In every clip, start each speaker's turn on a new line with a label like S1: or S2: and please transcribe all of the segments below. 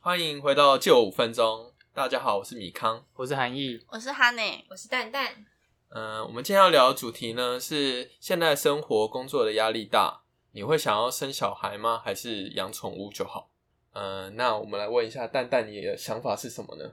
S1: 欢迎回到借我五分钟。大家好，我是米康。
S2: 我是韩毅，
S3: 我是哈内，
S4: 我是蛋蛋，
S1: 嗯、我们今天要聊的主题呢是现在生活工作的压力大，你会想要生小孩吗？还是养宠物就好？嗯、那我们来问一下蛋蛋，你的想法是什么呢？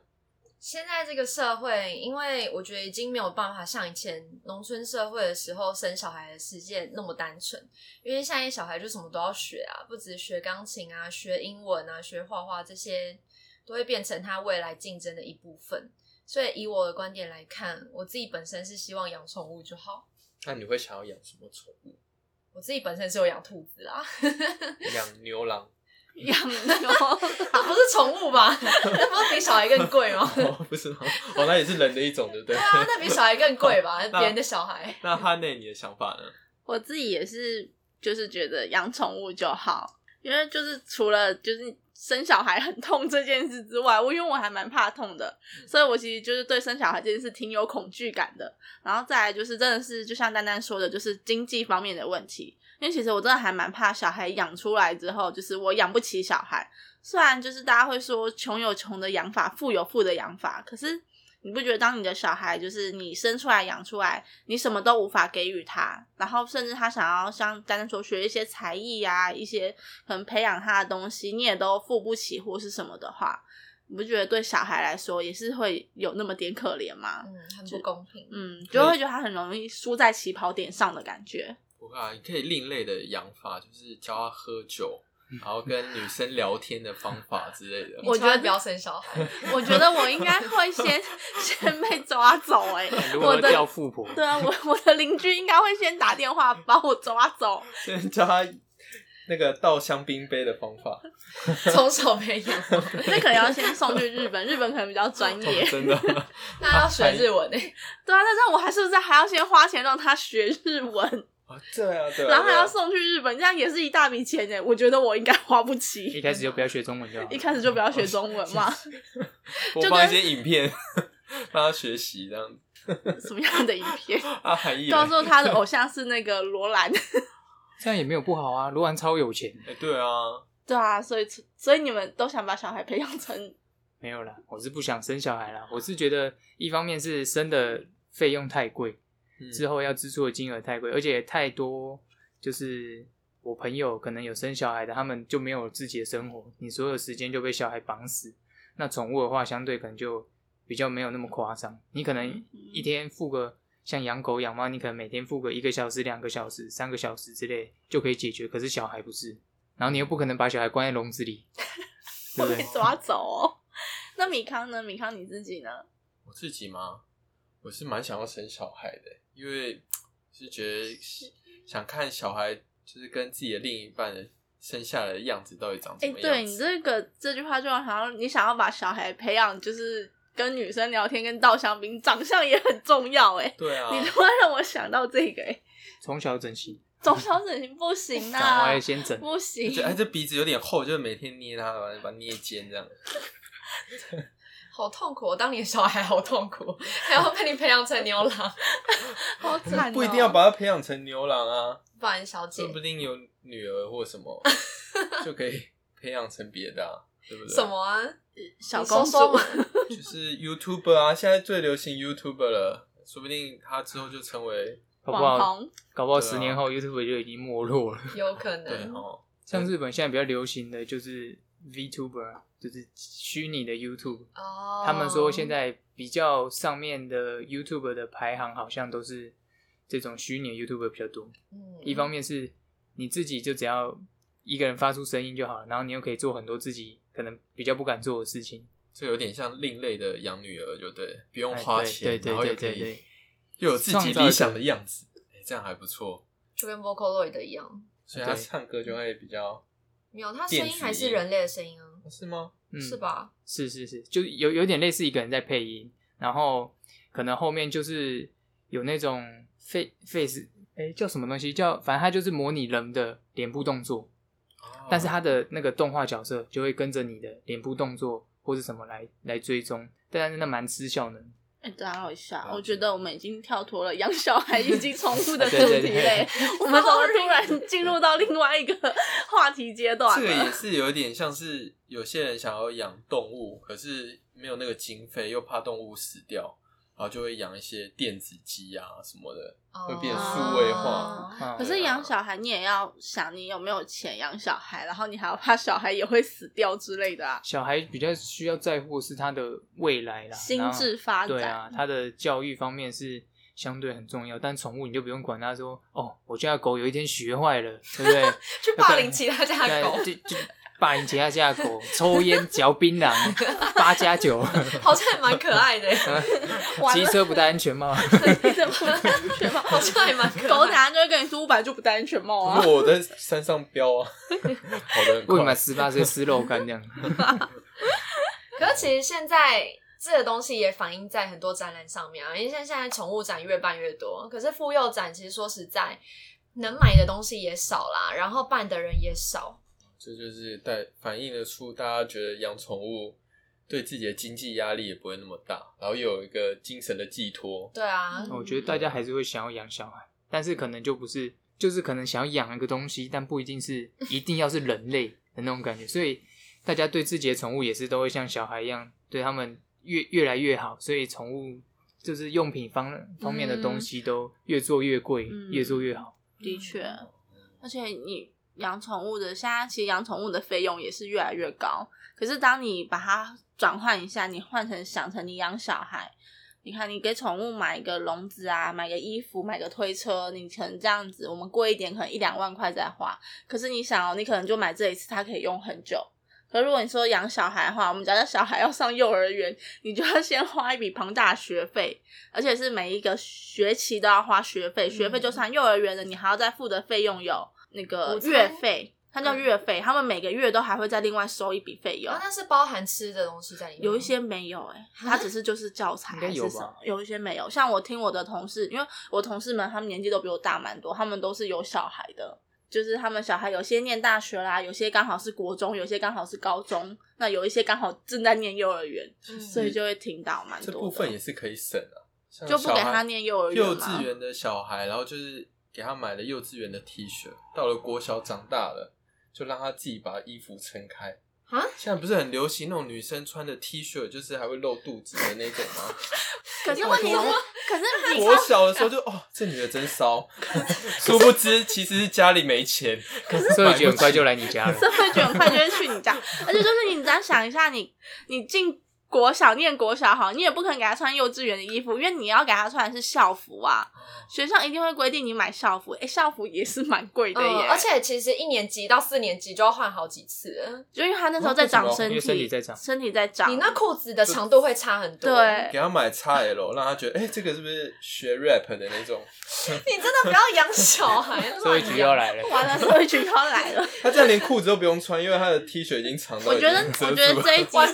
S4: 现在这个社会，因为我觉得已经没有办法像以前农村社会的时候生小孩的世界那么单纯，因为现在小孩就什么都要学啊，不只是学钢琴啊、学英文啊、学画画这些，都会变成他未来竞争的一部分。所以以我的观点来看，我自己本身是希望养宠物就好。
S1: 那你会想要养什么宠 物？
S4: 我自己本身是有养兔子啦， 啊
S1: 养牛郎？
S3: 养牛。
S4: 啊不是宠物吧？那不是比小孩更贵吗？
S1: 哦，不是吗？哦，那也是人的一种，对不对？？
S4: 对啊，那比小孩更贵吧
S1: 那
S4: 别人的小孩。
S1: 那哈内，你的想法呢？
S3: 我自己也是，就是觉得养宠物就好，因为就是除了就是生小孩很痛这件事之外，我因为我还蛮怕痛的，所以我其实就是对生小孩这件事挺有恐惧感的。然后再来就是真的是就像丹丹说的，就是经济方面的问题，因为其实我真的还蛮怕小孩养出来之后，就是我养不起小孩。虽然就是大家会说穷有穷的养法，富有富的养法，可是你不觉得当你的小孩就是你生出来养出来，你什么都无法给予他，然后甚至他想要像丹丹所学一些才艺啊，一些可能培养他的东西，你也都付不起或是什么的话，你不觉得对小孩来说也是会有那么点可怜吗？
S4: 嗯，很不公平。
S3: 嗯，就会觉得他很容易输在起跑点上的感觉。
S1: 我啊，你可以另类的养法，就是教他喝酒，然后跟女生聊天的方法之类的。
S4: 你
S3: 我觉得
S4: 千万不要生小孩，
S3: 我觉得我应该会先先被抓走哎、
S2: 如
S3: 我
S2: 何
S3: 的
S2: 叫富婆？
S3: 对啊，我我的邻居应该会先打电话把我抓走，
S1: 先 教他那个倒香槟杯的方 法，
S4: 从小培养，
S3: 那可能要先送去日本，日本可能比较专业。
S1: 哦真的。
S4: 那要学日文呢、
S3: 对啊，那这样我还是不是还要先花钱让他学日文，
S1: 啊，对啊，对啊。
S3: 然后还
S1: 对啊
S3: 要送去日本，这样也是一大笔钱欸呢。我觉得我应该花不
S2: 一
S3: 起，
S2: 开始就不要学中文就好。
S3: 一开始就不要学中文
S1: 哦
S3: 嘛，
S1: 播
S3: 就
S1: 放一
S3: 跟
S1: 些影片， 让他学习这样子。
S3: 什么样的影片？
S1: 啊，含义嘞。
S3: 告诉他的偶像是那个罗兰，
S2: 这样也没有不好啊。罗兰超有钱，
S1: 哎，对啊，
S3: 对啊，所以所以你们都想把小孩培养成
S2: 没有啦，我是不想生小孩啦。我是觉得一方面是生的费用太贵，
S1: 嗯
S2: 之后要支出的金额太贵，而且太多就是。我朋友可能有生小孩的，他们就没有自己的生活，你所有时间就被小孩绑死。那宠物的话，相对可能就比较没有那么夸张，你可能一天付个像养狗养猫，你可能每天付个一个小时、两个小时、三个小时之类就可以解决，可是小孩不是，然后你又不可能把小孩关在笼子里，对不
S3: 会
S2: 对
S3: 被？抓走哦。 那米康呢？米康你自己呢？
S1: 我自己嘛，我是蛮想要生小孩的，因为是觉得想看小孩就是跟自己的另一半的生下来的样子到底长什
S3: 哎、
S1: 么样子。
S3: 对你这个这句话就好像你想要把小孩培养，就是跟女生聊天跟倒香槟，长相也很重要哎。
S1: 对啊，
S3: 你突然让我想到这个哎、
S2: 从小整形，
S3: 总小整形不行
S2: 赶
S3: 啊
S2: 快，先整。
S3: 不
S1: 就哎，
S3: 行。
S1: 这鼻子有点厚，就是每天捏它，把它把它捏尖这样。
S4: 好痛苦、哦！当你的小孩好痛苦，还要被你培养成牛郎，
S3: 好惨、哦，
S1: 不一定要把它培养成牛郎啊，
S4: 不然小姐
S1: 说不定有女儿或什 么就可以培养成别的啊，对不对？
S4: 什？么啊？
S3: 小
S4: 你
S3: 公
S4: 说
S3: 主
S4: 说嘛
S1: 就是 YouTuber 啊，现在最流行 YouTuber 了，说不定他之后就成为
S2: 搞不
S3: 网
S2: 好，
S3: 红，
S2: 搞不好
S1: 对啊
S2: 十年后 YouTube 就已经没落了。
S4: 有可
S1: 对
S4: 能。
S1: 哦，
S2: 像日本现在比较流行的就是 VTuber，就是虚拟的 YouTube。
S4: 哦，
S2: 他们说现在比较上面的 YouTube 的排行好像都是这种虚拟 YouTube 比较多。
S4: 嗯
S2: 一方面是你自己就只要一个人发出声音就好了，然后你又可以做很多自己可能比较不敢做的事情。
S1: 这有点像另类的养女儿，就对，不用
S2: 哎
S1: 花
S2: 对
S1: 钱，
S2: 对对
S1: 然后又
S2: 对
S1: 可
S2: 对
S1: 以
S2: 对，
S1: 又有自己
S2: 创造一
S1: 理
S2: 个
S1: 想的样子，哎，这样还不错。
S4: 就跟 Vocaloid 一样，
S1: 所以他
S2: 对
S1: 唱歌就会比较
S4: 没有，他声
S1: 电
S4: 音
S1: 子
S4: 还是
S1: 音
S4: 人类的声音啊，
S1: 是吗？
S2: 嗯，
S4: 是？吧？
S2: 是是是，就有有点类似一个人在配音，然后可能后面就是有那种 face face，哎、叫什么东西？叫反正它就是模拟人的脸部动作，
S1: 哦
S2: 但是他的那个动画角色就会跟着你的脸部动作或是什么来来追踪，但是那蛮吃效能。
S3: 哎、哎，等一下，
S1: 对
S3: 我觉得我们已经跳脱了养小孩以及宠物的主
S1: 对对
S3: 题
S1: 对
S3: 嘞，我们怎么突然进入到另外一个话题阶段
S1: 这个也
S3: 了？
S1: 是有点像是有些人想要养动物，可是没有那个经费，又怕动物死掉，然后就会养一些电子鸡啊什么的。会变
S3: 数位化
S4: 哦
S2: 啊
S3: 可是养小孩，你也要想你有没有钱养小孩，然后你还要怕小孩也会死掉之类的啊，
S2: 小孩比较需要在乎的是他的未来啦，
S3: 心
S2: 然后
S3: 智发
S2: 对啊
S3: 展，，
S2: 他的教育方面是相对很重要，但宠物你就不用管他说哦，我家的狗有一天学坏了，对不对？
S4: 去霸凌其他家的狗
S2: 对，就就霸凌其他家的狗，抽烟、嚼槟榔、八加九，
S4: 好像还蛮可爱的，
S3: 完
S2: 骑
S3: 了，
S2: 车不戴安 全帽。
S3: 这不戴安全帽，
S4: 好像还蛮可
S3: 狗
S4: 爱
S3: 等下就会跟你说五百就不戴安全帽啊
S1: 如。果我在山上飙 啊，跑得很
S2: 未满
S1: 快。
S2: 十八岁吃肉干这样，
S4: 可是其实现在这个东西也反映在很多展览上面啊，因为像现在宠物展越办越多，可是妇幼展其实说实在，能买的东西也少啦，然后办的人也少。
S1: 这就是带反映得出大家觉得养宠物对自己的经济压力也不会那么大，然后又有一个精神的寄托。
S4: 对
S3: 嗯
S4: 啊，
S2: 我觉得大家还是会想要养小孩，但是可能就不是，就是可能想要养一个东西，但不一定是一定要是人类的那种感觉，所以大家对自己的宠物也是都会像小孩一样，对他们越越来越好，所以宠物就是用品方方面的东西都越做越贵，
S3: 嗯
S2: 越做越 好。
S3: 的确，而且你养宠物的，现在其实养宠物的费用也是越来越高。可是当你把它转换一下，你换成想成你养小孩，你看你给宠物买一个笼子啊，买个衣服，买个推车，你可能这样子，我们贵一点可能一两万块再花。可是你想哦，你可能就买这一次，它可以用很久。可如果你说养小孩的话，我们家的小孩要上幼儿园，你就要先花一笔庞大的学费，而且是每一个学期都要花学费，
S4: 嗯
S3: 学费就算幼儿园的，你还要再付的费用有那个
S4: 午餐
S3: 月费，它叫
S4: 嗯
S3: 月费，他们每个月都还会再另外收一笔费用
S4: 然后。哦啊那是包含吃的东西在里面，
S3: 有一些没有 哎、它只是就是教材
S2: 应该
S3: 还是
S2: 有
S3: 什
S2: 吧
S3: 么，有一些没有。像我听我的同事，因为我同事们他们年纪都比我大蛮多，他们都是有小孩的，就是他们小孩有些念大学啦，有些刚好是国中，有些刚好是高中，那有一些刚好正在念幼儿园，
S4: 嗯
S3: 所以就会听到蛮
S1: 这
S3: 多的。
S1: 部分也是可以省啊，像
S3: 就不给
S1: 小孩
S3: 他念幼儿园吗
S1: 幼稚园的小孩，然后就是给他买了幼稚园的 T 恤，到了国小长大了，就让他自己把衣服撑开。
S4: 啊
S1: 现在不是很流行那种女生穿的 T 恤，就是还会露肚子的那种吗？
S3: 可是
S4: 你
S3: 问题是
S4: 问我，
S3: 可是 你
S1: 我小的时候就哦，这女的真 骚，殊不知其实是家里没钱，可是
S2: 所以就
S1: 买
S2: 很
S1: 不
S2: 快
S1: 起
S2: 就来你 家了。
S3: 社会局很快就会去你家，而且就是你只要想一下你，你进国小念国小好，你也不可能给他穿幼稚园的衣服，因为你要给他穿的是校服啊，学校一定会规定你买校服，哎、校服也是蛮贵的耶，
S4: 嗯，而且其实一年级到四年级就要换好几次了，
S3: 就因为他那时候在长身
S2: 因
S3: 体，
S2: 为身体在长
S3: 身体在长，
S4: 你那裤子的长度会差很多。
S3: 对
S1: 给他买 XL，让他觉得哎、这个是不是学 rap 的那种？
S4: 你真的不要养小孩，
S2: 所以
S4: 乱
S2: 局
S4: 养
S2: 要 来了，
S3: 完了社会局要来了。
S1: 他这样连裤子都不用穿，因为他的 T 恤已经长到
S3: 我觉得
S1: 已经，遮
S3: 我觉得
S1: 住了
S3: 这一集
S4: One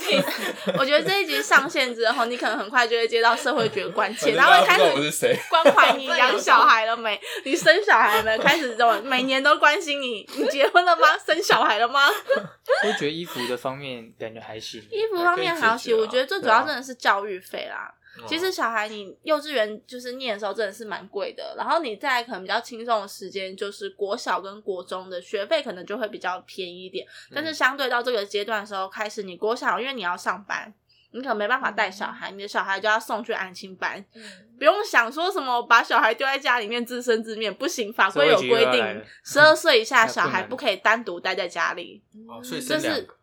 S4: Piece，
S3: 我觉得这一集上线之后，你可能很快就会接到社会局的关切，
S1: 反正
S3: 他
S1: 大家
S3: 会开
S1: 不知道我
S3: 始
S1: 是谁。
S3: 关怀你养小孩了没？你生小孩没？开始这种每年都关心你，你结婚了 吗？生小孩了 吗？
S2: 我觉得衣服的方面感觉还行，
S3: 衣服方面还好洗，
S1: 还可以解决啊
S3: 我觉得最主要真的是教育费啦。其实
S1: 嗯
S3: 小孩你幼稚园就是念的时候真的是蛮贵的，然后你在可能比较轻松的时间，就是国小跟国中的学费可能就会比较便宜一点，
S1: 嗯
S3: 但是相对到这个阶段的时候，开始你国小因为你要上班。你可能没办法带小
S1: 嗯
S3: 孩，你的小孩就要送去安亲班，
S4: 嗯
S3: 不用想说什么把小孩丢在家里面自生自灭，不行，法规有
S2: 社会局又
S3: 规
S2: 要来
S3: 定
S2: 了，
S3: 十 二岁以下
S2: 那不
S3: 小孩
S2: 能
S3: 不可以单独待在家里，
S1: 哦，所以
S3: 就
S1: 生两
S3: 是
S1: 个，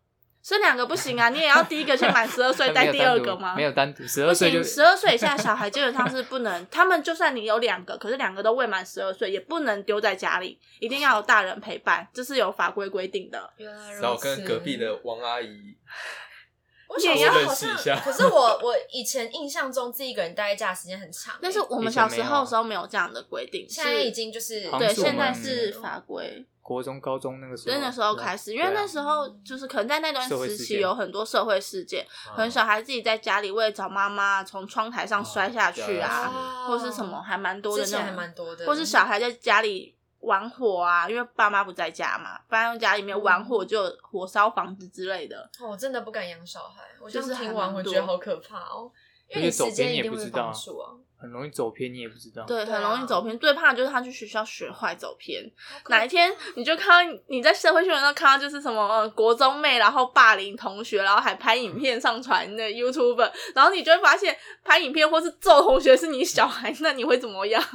S3: 生两个不行啊，你也要第一个先满十二 岁
S2: 但没有
S3: 带第
S2: 单
S3: 二
S2: 独
S3: 个吗？
S2: 没有单独，十
S3: 不
S2: 二岁
S3: 行，
S2: 就
S3: 十二岁以下小孩基本上是不能，他们就算你有两个，可是两个都未满十二岁，也不能丢在家里，一定要有大人陪伴，这是有法规规定的。
S4: 原来如此。
S1: 然后跟隔壁的王阿姨
S4: 我小
S3: 也
S4: 时
S3: 要
S4: 候好
S1: 认识一下
S4: 像，可是我我以前印象中自己一个人待在家的时间很长、欸
S3: 但是我们
S2: 以前
S3: 小
S2: 没有
S3: 时候的时候没有这样的规定，
S4: 现在已
S3: 是
S4: 经就是
S2: 好像
S3: 对，
S2: 是我
S3: 现在
S2: 们
S3: 是法规，
S2: 国中、高中那个时候，
S3: 所以那时候开始，因为
S2: 对啊
S3: 那时候就是可能在那段
S2: 社会
S3: 时
S2: 事
S3: 期
S2: 件嗯
S3: 有很多社会事件，可
S1: 啊
S3: 能小孩自己在家里为了找妈妈从窗台上
S2: 嗯
S3: 摔下去啊，
S4: 哦
S3: 或是什么，还蛮多的
S4: 之
S3: 那种，
S4: 前还蛮多的，
S3: 或是小孩在家里玩火啊，因为爸妈不在家嘛，不然家里面
S4: 嗯
S3: 玩火就有火烧房子之类的。
S4: 哦我真的不敢养小孩，我
S3: 就是
S4: 这样
S3: 还
S4: 听完
S3: 蛮
S4: 我
S3: 多
S4: 觉得好可怕哦。因为你
S2: 而且走
S4: 时间
S2: 偏
S4: 一
S2: 也
S4: 定
S2: 不
S4: 会
S2: 知道
S4: 帮助啊。
S2: 很容易走偏，你也不知道。
S3: 对，
S4: 对
S3: 很
S4: 啊
S3: 容易走偏。最怕就是他去学校学坏走偏，
S4: 好可
S3: 哪一天
S4: 怕
S3: 你就看到你在社会新闻上看到就是什么、呃、国中妹，然后霸凌同学，然后还拍影片上传的 YouTube，然后你就会发现拍影片或是揍同学是你小孩，那你会怎么样？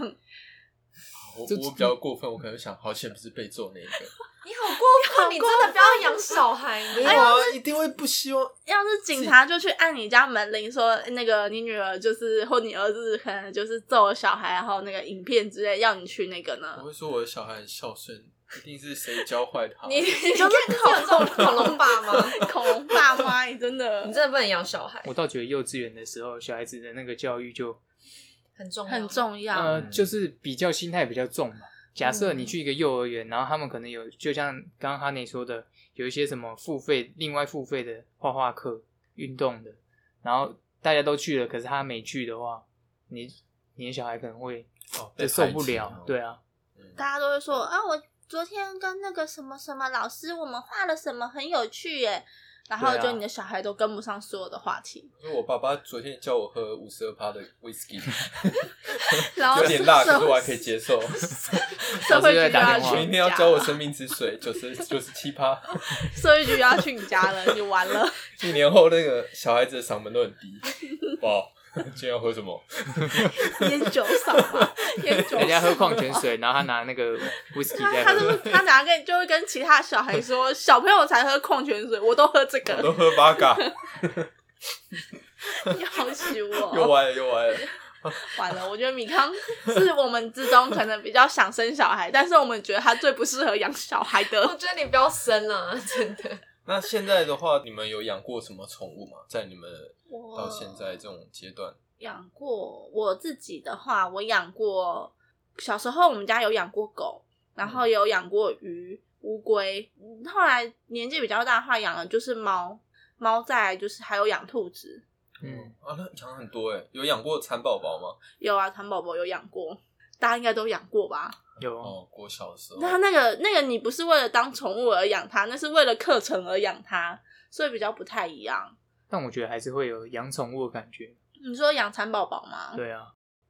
S1: 我
S2: 这
S1: 我比较过分，我可能想，好险不是被揍那一个。
S4: 你好过分，你真的不要养小孩，你
S1: 没有啊，一定会不希望。
S3: 要是警察就去按你家门铃说那个你女儿就是或你儿子可能就是揍了小孩，然后那个影片之类要你去那个呢
S1: 我？会说我的小孩很孝顺，一定是谁教坏他。
S4: 你 你
S3: 就是
S4: 看你有这种恐龙爸 妈，
S3: 恐龙爸妈，你真的
S4: 你真的不能养小孩，
S2: 我倒觉得幼稚园的时候，小孩子的那个教育就
S4: 很重要，
S3: 很。重要。
S2: 呃，
S1: 嗯
S2: 就是比较心态比较重嘛。假设
S4: 嗯
S2: 你去一个幼儿园，然后他们可能有，就像刚刚哈内说的，有一些什么付费，另外付费的画画课、运动的，然后大家都去了，可是他没去的话，你你的小孩可能会
S1: 哦
S2: 就受不了，，对
S1: 被排
S2: 啊，
S1: 挤哦
S3: 大家都会说啊，我昨天跟那个什么什么老师，我们画了什么很有趣耶。然后
S2: 对啊
S3: 就你的小孩都跟不上所有的 话题，
S1: 因为我爸爸昨天叫我喝五十二趴的 whisky，
S3: 然后
S1: 有点辣，
S3: 社
S1: 可是我还可以接 受。
S3: 社
S2: 老
S3: 会
S2: 师
S3: 局
S2: 在打
S3: 要
S2: 电话
S3: 去
S1: 明
S3: 你
S1: 天
S3: 家
S1: 要教我生命之水，九十九十七趴。
S3: 社会局要去你家了，你完了。
S1: 一年后那个小孩子的嗓门都很低，哇！今天要喝什么？
S3: 烟酒嗓嘛，烟酒
S2: 人家
S3: 嗓。
S2: 喝矿泉水，然后他拿那 个 whisky
S3: 他
S2: 在
S3: 他是不
S2: 喝
S3: 是，他等下跟就会跟其他小孩说，小朋友才喝矿泉水，我都喝这
S1: 我都喝
S3: 个，
S1: 八嘎，
S3: 你好羞
S1: 又
S3: 哦！
S1: 歪了又歪了。
S3: 完了，我觉得米康是我们之中可能比较想生小孩，但是我们觉得他最不适合养小孩
S4: 我
S3: 的。
S4: 觉得你不要生了，真的。
S1: 那现在的话，你们有养过什么宠物吗？在你们
S3: 我
S1: 到现在这种阶段，
S3: 养过我自己的话，我养过小时候我们家有养过狗，然
S1: 嗯
S3: 后有养过鱼、乌龟，嗯后来年纪比较大的话，养的就是猫，猫再来就是还有养兔子，
S2: 嗯，
S1: 啊，那养很多哎、有养过蚕宝宝吗？
S3: 有啊，蚕宝宝有养过，大家应该都养过吧？
S2: 有
S1: 哦，我小的时候，
S3: 那那个那个你不是为了当宠物而养它，那是为了课程而养它，所以比较不太一样。
S2: 但我觉得还是会有养宠物的感觉，
S3: 你说养蚕宝宝吗？
S2: 对啊，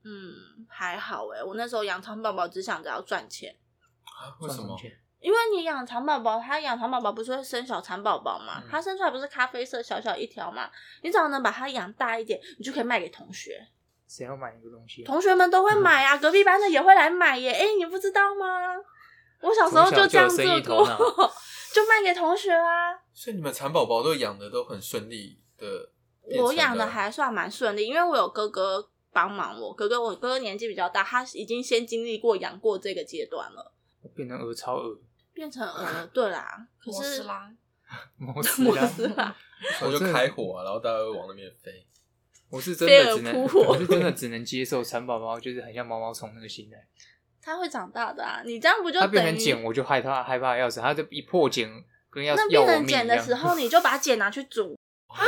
S3: 嗯，还好诶、我那时候养蚕宝宝只想着要赚钱。
S1: 啊为什
S2: 赚
S1: 么？
S2: 钱
S3: 因为你养蚕宝宝，它养蚕宝宝不是会生小蚕宝宝嘛？
S1: 嗯
S3: 它生出来不是咖啡色小小一条嘛？你只要能把它养大一点，你就可以卖给同学，
S2: 谁要买一个东西啊？
S3: 同学们都会买
S2: 嗯
S3: 啊，隔壁班的也会来买耶。哎、你不知道吗？我小时候
S2: 从小
S3: 这样
S2: 就
S3: 做
S2: 有生意
S3: 过
S2: 头脑，
S3: 就卖给同学啊。
S1: 所以你们蚕宝宝都养的都很顺利的。变成
S3: 我养的
S1: 了
S3: 还算蛮顺利，因为我有哥哥帮忙我，哥哥我哥哥年纪比较大，他已经先经历过养过这个阶段了，
S2: 变成鹅超鹅，
S3: 变成呃，对啦，可
S4: 我
S3: 是
S4: 啦，
S2: 摩斯
S3: 摩
S2: 拉，
S3: 斯啦。
S1: 我就
S2: 真的
S1: 开火、啊，然后大家会往那边飞。
S2: 我是真的只
S3: 飞
S2: 能，
S3: 蛾扑火
S2: 我是真的只能接受蚕宝宝，就是很像毛毛虫那个心态。
S3: 它会长大的啊！你这样不就
S2: 它
S3: 等于
S2: 变成茧，我就害怕害怕的要死。它就一破茧，跟要
S3: 那
S2: 要
S3: 变
S2: 我
S3: 成
S2: 命一
S3: 茧的时
S2: 样。
S3: 候，你就把茧拿去 煮，
S1: 你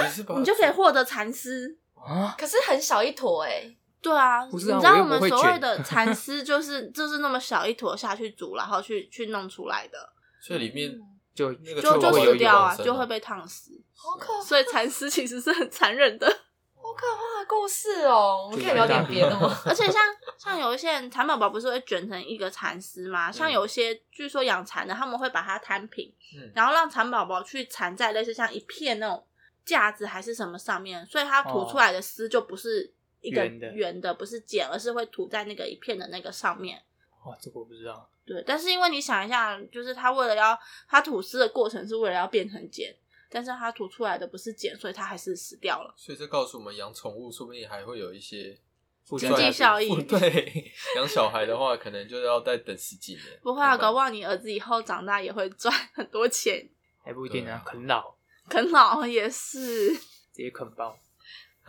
S1: 哦是把
S3: 啊你就可以获得蚕丝。
S2: 啊，
S4: 可是很小一坨哎、欸，
S3: 对啊，
S2: 不
S3: 你
S2: 是
S3: 知
S2: 啊
S3: 道
S2: 我又
S3: 们
S2: 不会
S3: 所谓
S2: 卷
S3: 的蚕丝就是就是那么小一坨下去煮，然后去去弄出来的，
S1: 所以里面
S2: 就
S1: 那个
S3: 就
S1: 就会有
S3: 就死
S1: 一
S2: 有
S1: 点
S3: 掉啊，
S1: 生
S3: 就
S1: 啊
S3: 会被烫死。
S4: 嗯好可
S3: 所以蚕丝其实是很残忍 的，
S4: 好可怕的故事哦、我们可以聊点别的 吗？
S3: 而且像像有一些人蚕宝宝不是会卷成一个蚕丝吗？像
S1: 嗯
S3: 有些据说养蚕的，他们会把它摊平，
S1: 嗯
S3: 然后让蚕宝宝去缠在类似像一片那种架子还是什么上面，所以它吐出来的丝就不是一个
S2: 哦圆的
S3: 圆的，不是茧，而是会吐在那个一片的那个上面。
S2: 哇，这个我不知道。
S3: 对，但是因为你想一下，就是它为了要它吐丝的过程是为了要变成茧，但是它吐出来的不是茧，所以它还是死掉了。
S1: 所以这告诉我们，养宠物说不定还会有一些
S2: 附
S3: 经
S2: 加
S3: 济
S2: 价值
S3: 效益
S1: 不对， 养小孩的话，可能就要再等十几年。
S3: 不会啊，搞不
S1: 好
S3: 好你儿子以后长大也会赚很多钱，
S2: 还不一定
S1: 对
S2: 啊
S1: 啊，
S2: 啃老
S3: 啃老也是。
S2: 直接啃爆。
S3: 嗯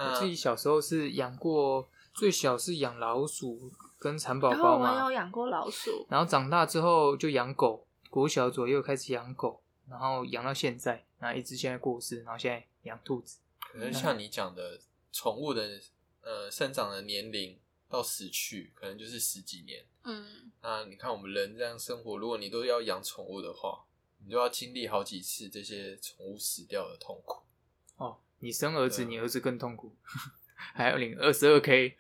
S1: 啊
S2: 我自己小时候是养过，最小是养老鼠跟蚕宝
S3: 然后
S2: 宝
S3: 我有
S2: 嘛，
S3: 养过老鼠，
S2: 然后长大之后就养狗，国小左右开始养狗，然后养到现在，然后一直现在过世，然后现在养兔子。
S1: 可能像你讲的，宠物的呃生长的年龄到死去，可能就是十几年。
S3: 嗯，
S1: 那你看我们人这样生活，如果你都要养宠物的话，你就要经历好几次这些宠物死掉的痛苦。
S2: 哦，你生儿子，
S1: 对啊
S2: 你儿子更痛苦。 还有领二十二 k，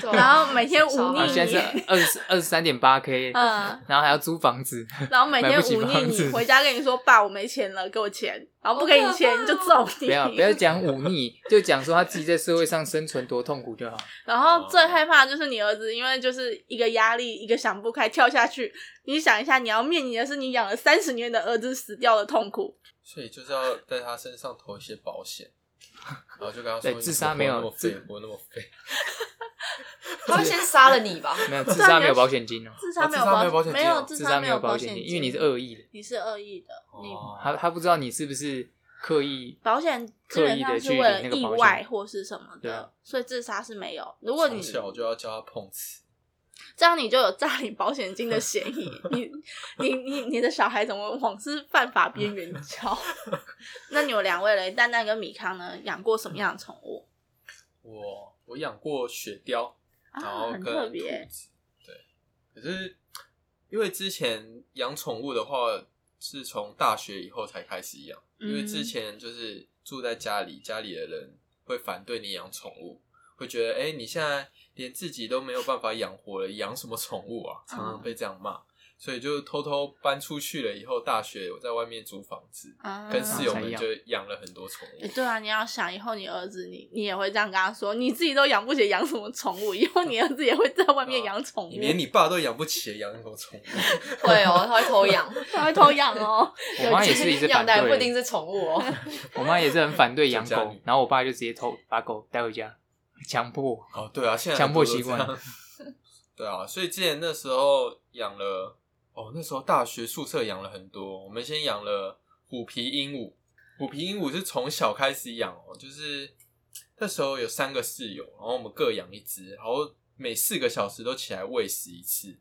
S4: 对啊
S3: 然后每 天忤
S4: 超
S3: 逆
S4: 好
S2: 啊，
S3: 你，
S2: 现在是二十二十三点八 k，
S3: 嗯，
S2: 然后还要租房 子，
S3: 然后每天
S2: 买不起
S3: 忤逆
S2: 房
S3: 你，
S2: 子
S3: 回家跟你说爸，我没钱了，给我钱，然后不
S4: 好
S3: 给
S4: 可
S3: 你
S4: 怕
S3: 钱
S4: 哦
S3: 就揍你。
S2: 不要不要讲忤逆，就讲说他自己在社会上生存多痛苦就好。
S3: 然后最害怕的就是你儿子，因为就是一个压力，一个想不开跳下去。你想一下，你要面临的是你养了三十年的儿子死掉的痛苦。
S1: 所以就是要在他身上投一些保险，然后就跟他说
S2: 对
S1: 你
S2: 自杀
S1: 活
S2: 没有
S1: 那么废
S2: 自，
S1: 活那么废，
S4: 他会先杀了你吧？
S2: 没有自杀没有保险金哦，
S3: 自杀没有
S1: 啊自杀没有保险金
S3: 没
S1: 哦
S3: 有自
S2: 自杀
S3: 没
S2: 没有
S3: 保
S2: 保险金，
S3: 金，
S2: 因为你是恶意的，
S3: 你是恶意的，你
S1: 哦
S2: 他他不知道你是不是刻意
S3: 保险基
S2: 刻
S3: 本
S2: 意
S3: 上
S2: 的
S3: 是
S2: 去
S3: 为
S2: 领
S3: 了
S2: 那个
S3: 意
S2: 保
S3: 外
S2: 险。
S3: 或是什么
S2: 对
S3: 的
S2: 啊，
S3: 所以自杀是没有。如果你
S1: 从小就要教他碰瓷，
S3: 这样，你就有诈领保险金的嫌疑。你你你你的小孩怎么往是犯法边缘交？那你有两位嘞，蛋蛋跟米康呢，养过什么样的宠物？
S1: 我我养过雪貂，然
S3: 啊，
S1: 后
S3: 很
S1: 哦跟
S3: 特
S1: 兔
S3: 别。
S1: 子，对。可是因为之前养宠物的话，是从大学以后才开始养，
S3: 嗯
S1: 因为之前就是住在家里，家里的人会反对你养宠物，会觉得哎、诶你现在连自己都没有办法养活了，养什么宠物啊？常
S3: 嗯
S1: 常被这样骂，所以就偷偷搬出去了。以后大学我在外面租房子，
S3: 啊
S1: 跟室友
S2: 才
S1: 们
S2: 养
S1: 就养了很多宠物
S3: 诶。对啊，你要想以后你儿子你，你也会这样跟他说，你自己都养不起，养什么宠物？以后你儿子也会在外面养宠物，
S1: 你连你爸都养不起，养什么宠物？
S4: 会哦，他会偷养，
S3: 他会偷养 哦。
S2: 我妈也是一直
S4: 养
S2: 反
S4: 的不一定
S2: 对，
S4: 是宠物哦。
S2: 我妈也是很反对养
S1: 做家
S2: 狗
S1: 里，
S2: 然后我爸就直接偷把狗带回家，强迫。
S1: 哦，对啊，现在
S2: 强
S1: 很
S2: 迫
S1: 多都
S2: 习
S1: 这
S2: 惯
S1: 样。 对啊，所以之前那时候养了，哦，那时候大学宿舍养了很多。我们先养了虎皮鹦鹉，虎皮鹦鹉是从小开始养哦，就是那时候有三个室友，然后我们各养一只，然后每四个小时都起来喂食一次，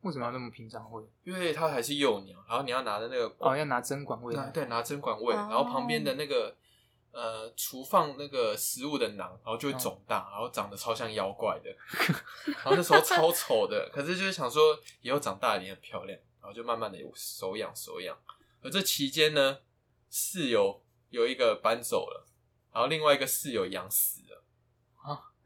S2: 为什么要那么平常喂？
S1: 因为它还是幼鸟，然后你要拿着那个
S2: 哦，
S1: 管，
S2: 要拿针管喂
S1: 拿
S2: 它。
S1: 对，拿针管喂，
S3: 哦
S1: 然后旁边的那个。呃，厨放那个食物的囊，然后就会肿大，然后长得超像妖怪的。 然后那时候超丑的，可是就是想说以后长大一定很漂亮，然后就慢慢的手痒手痒。而这期间呢，室友有一个搬走了，然后另外一个室友养死了，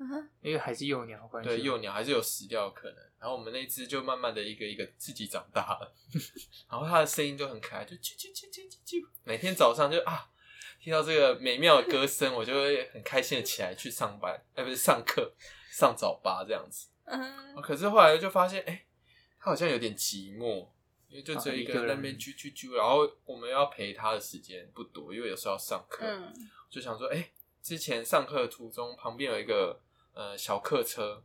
S3: 嗯
S2: 因为还是幼鸟的关系。
S1: 对，幼鸟还是有死掉的可能。然后我们那只就慢慢的一个一个自己长大了， 然后它的声音就很可爱，就啾啾啾啾啾啾，每天早上就啊。听到这个美妙的歌声，我就会很开心的起来去上班，哎，不是上课，上早八这样子。
S3: 嗯，
S1: 啊可是后来就发现，哎、他好像有点寂寞，因为就只有一个
S2: 啊一个
S1: 人
S2: 人
S1: 在那边啾啾啾，然后我们要陪他的时间不多，因为有时候要上课，
S3: 嗯
S1: 就想说，哎、之前上课的途中旁边有一个呃小客车，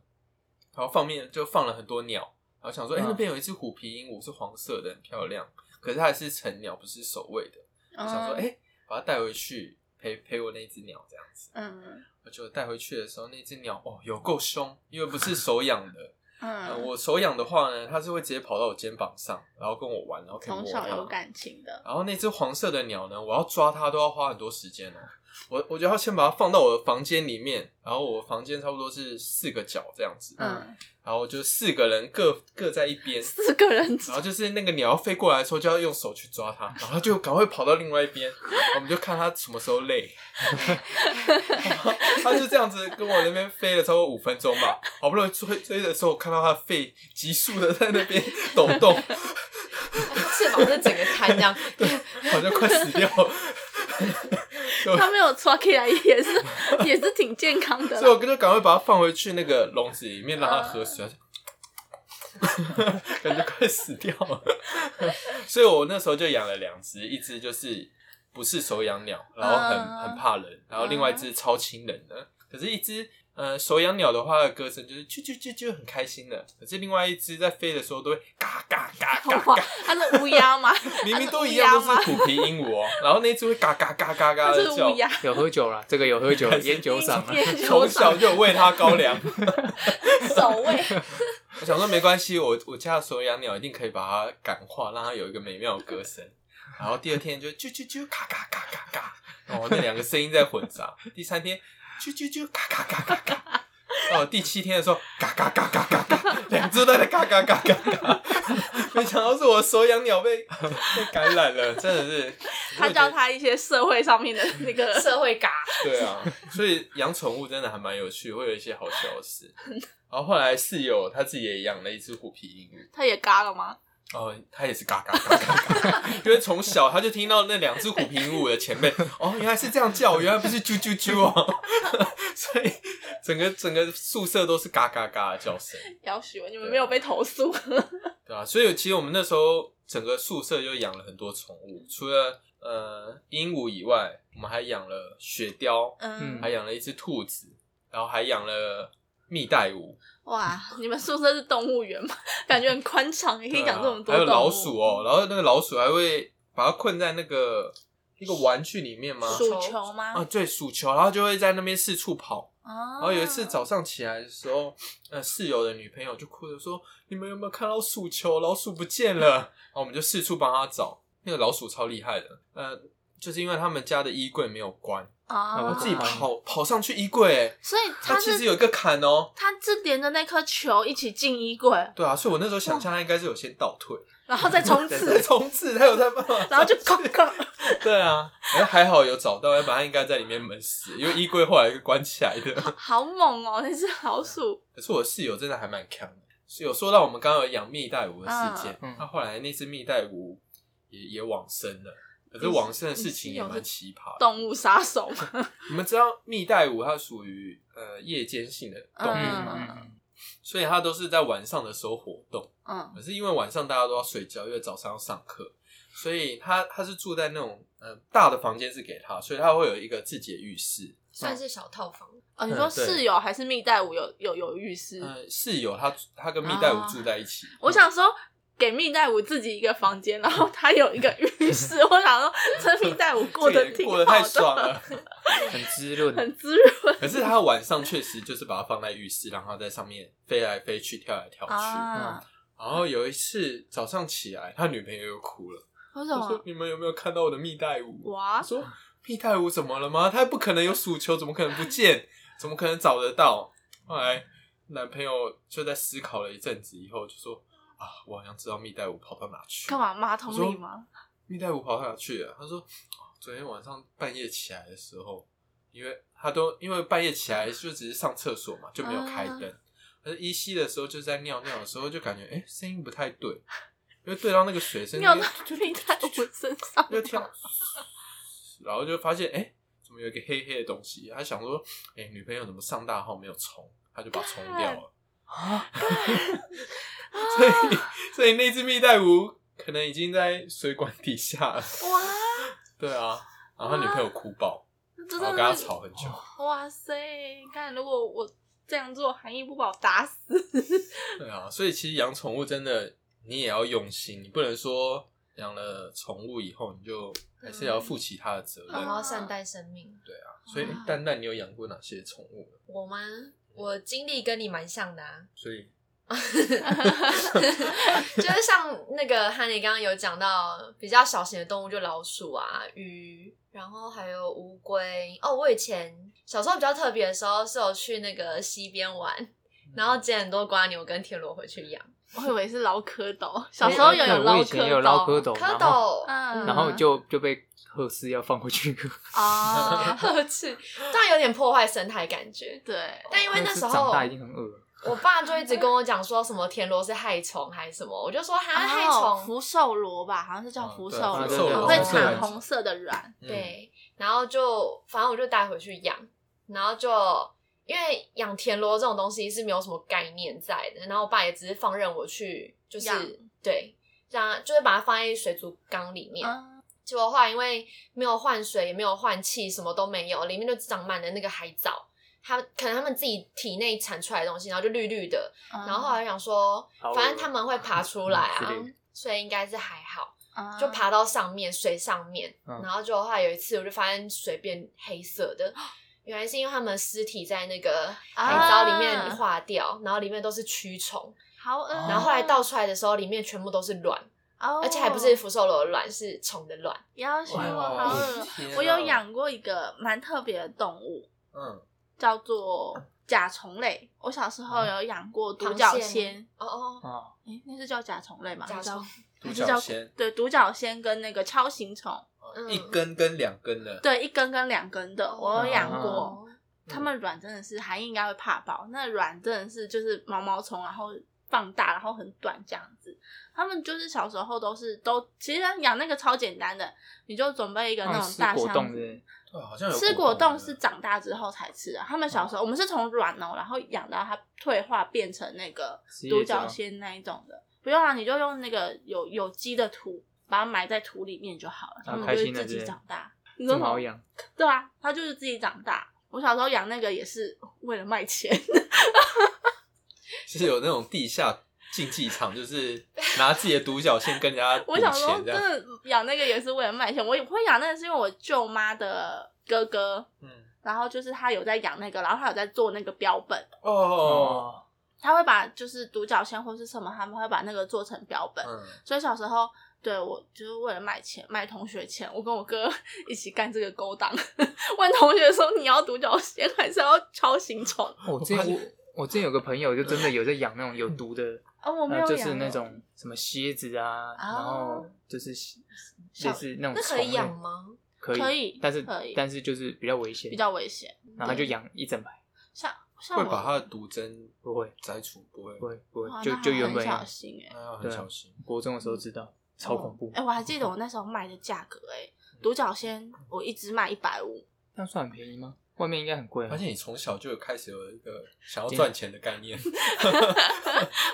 S1: 然后放面就放了很多鸟，然后想说，哎、
S2: 嗯
S1: 那边有一只虎皮鹦鹉是黄色的，很漂亮，可是它还是成鸟，不是首位的，
S3: 嗯
S1: 我想说，哎、把它带回去陪陪我那只鸟这样子。
S3: 嗯
S1: 我就带回去的时候，那只鸟哦有够凶，因为不是手养的， 呃，
S3: 嗯，
S1: 我手痒的话呢，它是会直接跑到我肩膀上，然后跟我玩，然后可以摸
S3: 从
S1: 它。
S3: 小有感情的，
S1: 然后那只黄色的鸟呢，我要抓它都要花很多时间哦。我我就要先把它放到我的房间里面，然后我房间差不多是四个角这样子，
S3: 嗯，
S1: 然后就四个人各各在一边，
S3: 四个人
S1: 然后就是那个鸟要飞过来的时候，就要用手去抓它，然后就赶快跑到另外一边，我们就看它什么时候累。 它就这样子跟我那边飞了超过五分钟吧，好不容易追追的时候，我看到它的肺急速的在那边抖动，
S4: 翅膀是整个摊这样，
S1: 好像快死掉了。
S3: 他没有抓起来 E，也是 也是挺健康的
S1: 所以
S3: 啦，
S1: 我 就赶快把它放回去那个笼子里面，让它喝水，
S3: 嗯
S1: 感觉快死掉了。 所以我那时候就养了两只，一只就是不是手养鸟，然后很
S3: 嗯
S1: 很怕人，然后另外一只超亲人的。可是，一只呃手养鸟的话，它的歌声就是啾啾啾啾，很开心的。可是另外一只在飞的时候都会嘎嘎嘎嘎
S3: 哇
S1: 嘎，，
S3: 它是乌鸦 吗？
S1: 明明都
S3: 它是乌
S1: 一样，
S3: 鸦
S1: 都
S3: 吗
S1: 是虎皮鹦鹉哦。然后那只会嘎嘎嘎嘎嘎
S3: 它
S1: 的
S3: 是
S1: 叫
S3: 乌，鸦，
S2: 有喝酒了，这个有喝酒，烟酒嗓啊 了。
S3: 烟酒
S1: 啊从
S3: 嗓
S1: 小就有喂它高粱。
S3: 守卫，
S1: 我想说没关系，我我家的所有养鸟一定可以把它感化，让它有一个美妙的歌声。然后第二天就啾啾啾咔咔咔咔咔，哦，那两个声音在混杂。第三天啾啾啾咔咔咔咔咔，哦，第七天的时候，嘎嘎嘎嘎嘎嘎，两只都在嘎嘎嘎嘎嘎。没想到是我手养鸟被被感染了，真的是。
S3: 他教他一些社会上面的那个
S4: 社会嘎，
S1: 对啊，所以养宠物真的还蛮有趣，会有一些好消息。然后后来室友他自己也养了一只虎皮鹦鹉，
S3: 他也嘎了吗？
S1: 哦，他也是嘎嘎嘎嘎嘎， 因为从小他就听到那两只虎皮鹦鹉的前辈， 哦，原来是这样叫，原来不是啾啾啾哦， 所以整个整个宿舍都是嘎嘎嘎的叫声，
S3: 要许你们没有被投诉，
S1: 对啊，所以其实我们那时候整个宿舍就养了很多宠物，除了呃鹦鹉以外，我们还养了雪貂，
S3: 嗯，
S1: 还养了一只兔子，然后还养了蜜袋鼯，
S3: 哇，你们宿舍是动物园吗？ 感觉很宽敞，也可以养这么多
S1: 对啊还有
S3: 动物
S1: 老鼠哦，然后那个老鼠还会把它困在那个一个玩具里面吗？
S3: 鼠球吗？
S1: 啊，对，鼠球，然后就会在那边四处跑。
S3: 啊
S1: 然哦后有一次早上起来的时候，呃，室友的女朋友就哭着说：“你们有没有看到鼠球？老鼠不见了！”然后我们就四处帮她找。那个老鼠超厉害的，呃，就是因为他们家的衣柜没有关，
S2: 我
S3: 啊，
S1: 自己
S2: 爬
S1: 跑跑上去衣柜、欸，
S3: 所以
S1: 它
S3: 它
S1: 其实
S3: 是
S1: 有一个坎哦、
S3: 它是连着那颗球一起进衣柜，
S1: 对啊，所以我那时候想象他应该是有先倒 退，
S3: 然后再冲
S1: 再
S3: 刺，
S1: 冲刺，他有在 办法。
S3: 然后就哐哐，
S1: 对啊，然后还好有找到，要不然他应该在里面闷死，因为衣柜后来就关起来的。
S3: 好猛哦，那只老鼠，
S1: 可是我室友真的还蛮强的，是有说到我们刚刚有养蜜袋鼯的事件，
S2: 嗯嗯
S1: 他后来那只蜜袋鼯也也往生了。可是往生的事情也蛮奇葩的。
S3: 动物杀手 嘛，
S1: 你们知道蜜袋鼯它属于呃夜间性的动物
S2: 嗯
S1: 嘛，
S2: 嗯
S3: 嗯
S2: 嗯，
S1: 所以它都是在晚上的时候活动。
S3: 嗯
S1: 可是因为晚上大家都要睡觉，因为早上要上课，所以他他是住在那种呃大的房间是给他，所以他会有一个自己的浴室。
S4: 算是小套房。
S3: 哦，你说
S1: 嗯对
S3: 室友还是蜜袋鼯有有有浴室？
S1: 呃，室友他他跟蜜袋
S3: 啊
S1: 鼯住在一起。
S3: 我想说。给蜜袋鼯自己一个房间，然后它有一个浴室。我想说，这蜜 袋鼯过得
S1: 这也
S3: 挺好
S1: 过
S3: 的，
S1: 得太爽了，
S2: 嗯很滋润，
S3: 很 滋润
S1: 可是他晚上确实就是把它放在浴室，让它在上面飞来飞去、跳来跳去。
S3: 啊！
S1: 然后有一次早上起来，他女朋友又哭了，
S3: 为什
S1: 他说
S3: 么：“？啊
S1: 你们有没有看到我的蜜袋鼯？”
S3: 哇
S1: 他！说蜜袋鼯怎么了吗？它不可能有鼠球，怎么可能不见？ 怎么可能找得到？后来男朋友就在思考了一阵子以后，就说啊，我好像知道蜜袋鼯跑到哪去。
S3: 干？嘛？马桶
S1: 我
S3: 里
S1: 说
S3: 吗？
S1: 蜜袋鼯跑到哪去了？他说、哦昨天晚上半夜起来的时候，因为他都因为半夜起来就只是上厕所嘛，就没有开灯。
S3: 嗯
S1: 可是依稀的时候，就在尿尿的时候，就感觉哎、诶声音不太对，因为对到那个水声音
S3: 尿到蜜袋鼯身 上
S1: 又跳，然后就发现哎、诶怎么有一个黑黑的东西？他想说，哎、女朋友怎么上大号没有冲？他就把它冲掉了。
S3: 啊
S1: 所以，所以那只蜜袋鼯可能已经在水管底下了。
S3: 哇！
S1: 对啊，然后他女朋友哭爆，
S3: 真
S1: 然
S3: 的
S1: 后
S3: 是
S1: 跟他吵很久。
S3: 哇塞！你看，如果我这样做，韩义不把我打死。
S1: 对啊，所以其实养宠物真的你也要用心，你不能说养了宠物以后你就还是
S3: 嗯
S1: 要负起它的
S2: 嗯
S1: 责任。
S4: 好好善待生命。
S1: 所以
S3: 啊，
S1: 蛋蛋，你有养过哪些宠物呢？
S4: 我吗？我经历跟你蛮像的啊，
S1: 所以
S4: 就是像那个汉尼刚刚有讲到比较小型的动物，就老鼠啊、鱼，然后还有乌龟。哦，我以前小时候比较特别的时候，是有去那个溪边玩，然后捡很多瓜牛跟田螺回去养。
S3: 我以为是捞蝌蚪，小时候有
S2: 对我
S3: 捞
S2: 以前也有捞蝌蚪，
S3: 蚪
S4: 蝌
S2: 哦然后
S4: 蚪，
S3: 嗯
S2: 然后就就被赫斯要放回去一个，
S3: 啊，
S4: 呵斥，这样有点破坏生态感觉。
S3: 对，
S4: 但因为那
S2: 是
S4: 时候
S2: 长大已经很饿了，
S4: 我爸就一直跟我讲说什么田螺是害虫还是什么，我就说哈害
S3: 哦
S4: 虫，
S3: 福寿螺吧，好像是叫
S1: 嗯
S3: 福
S1: 对
S3: 寿螺，
S2: 福寿螺
S3: 会
S2: 福寿
S3: 产
S2: 螺
S3: 红色的卵。
S1: 嗯
S4: 对，然后就反正我就带回去养，然后就因为养田螺这种东西是没有什么概念在的，然后我爸也只是放任我去，就是
S3: 养
S4: 对，让它就是把它放在水族缸里面。
S3: 嗯
S4: 结果后来因为没有换水，也没有换气，什么都没有，里面就长满了那个海藻。它可能他们自己体内产出来的东西，然后就绿绿的。
S3: 嗯
S4: 然后后来想说
S2: 好，
S4: 反正他们会爬出来啊
S2: 嗯之类，
S4: 所以应该是还好。
S3: 嗯
S4: 就爬到上面水上面，
S2: 嗯
S4: 然后就后来有一次我就发现水变黑 色的，原来是因为他们的尸体在那个海藻里面
S3: 啊
S4: 化掉，然后里面都是蛆虫，
S3: 好饿哦，
S4: 然后后来倒出来的时候里面全部都是卵，
S3: 哦，
S4: 而且还不是福寿螺的卵，是虫的卵。
S3: 要许我
S1: 哇哦
S3: 好恶。
S1: 天啊
S3: 我有养过一个蛮特别的动物，
S1: 嗯
S3: 叫做甲虫类。我小时候有养过独角仙，
S4: 哦哦，
S2: 哦，
S3: 诶、那是叫甲虫类吗？
S4: 甲虫
S3: 还
S1: 独
S3: 是叫
S1: 角仙
S3: 对，独角仙跟那个锹形虫，
S4: 嗯
S1: 一嗯根跟两根的，
S3: 对，一根跟两根的，我有养
S1: 啊
S3: 过。
S4: 哦
S2: 嗯
S3: 它们卵真的是韩应该会怕爆，那卵真的是就是毛毛虫，然后放大，然后很短这样子。它们就是小时候都是都，其实养那个超简单的，你就准备一个那
S2: 嗯
S3: 种
S2: 吃
S3: 大
S2: 果
S3: 箱
S2: 冻
S3: 子。
S2: 的，
S1: 对，啊好像有
S3: 吃
S1: 果
S3: 果
S1: 冻
S3: 冻
S1: 的
S3: 是长大之后才吃的，啊他们
S2: 嗯
S3: 小时候我们是从卵哦，然后养到它退化变成那个
S2: 吃叶子
S3: 独
S2: 吗
S3: 角仙那一种的。不用啊，你就用那个有有机的土，把它埋在土里面就好了，它
S2: 然后
S3: 们
S2: 啊开
S3: 就会
S2: 心的
S3: 自己
S2: 是
S3: 长大。你
S2: 这
S3: 说什
S2: 么
S3: 么
S2: 好？养，
S3: 对啊，它就是自己长大。我小时候养那个也是为了卖钱，
S1: 是有那种地下竞技场， 就是拿自己的独角仙跟人家赌
S3: 我小时候
S1: 钱
S3: 真
S1: 这样。
S3: 的养那个也是为了卖钱。我也会养那个是因为我舅妈的哥哥，
S1: 嗯，
S3: 然后就是他有在养那个，然后他有在做那个标本，
S1: 哦，
S2: 哦，
S3: 他会把就是独角仙或是什么，他们会把那个做成标本。
S1: 嗯，
S3: 所以小时候对我就是为了卖钱卖同学钱，我跟我哥 一起干这个勾当，问同学说你要独角仙还是要锹形虫？
S2: 哦我之前我我之前有个朋友就真的有在养那种有毒的，
S3: 啊、 我没
S2: 然
S3: 有
S2: 后
S3: 养
S2: 就
S3: 过，哦
S2: 是那种什么蝎子啊，然后就是就
S3: 小
S2: 是那种
S4: 那可以
S2: 虫类
S4: 养？吗？
S2: 可以，
S3: 可以
S2: 但是
S3: 可以
S2: 但是就是比较危险，
S3: 比较危险，
S2: 然后他就养一整排，
S3: 像像
S1: 会
S3: 我
S1: 把它的毒针
S2: 不会
S1: 摘除，不会，
S2: 不会不
S3: 哇
S2: 会，就
S3: 那
S2: 就
S3: 还
S2: 原
S3: 很
S2: 本
S3: 小心哎、
S1: 那要很
S2: 对
S1: 小心。
S2: 国中的时候知道，超恐怖嗯
S3: 哎、，我还记得我那时候卖的价格哎、独角仙我一只卖一百五，
S2: 那样算很便宜吗？外面应该很贵啊
S1: 发，现你从小就有开始有一个想要赚钱的概 念，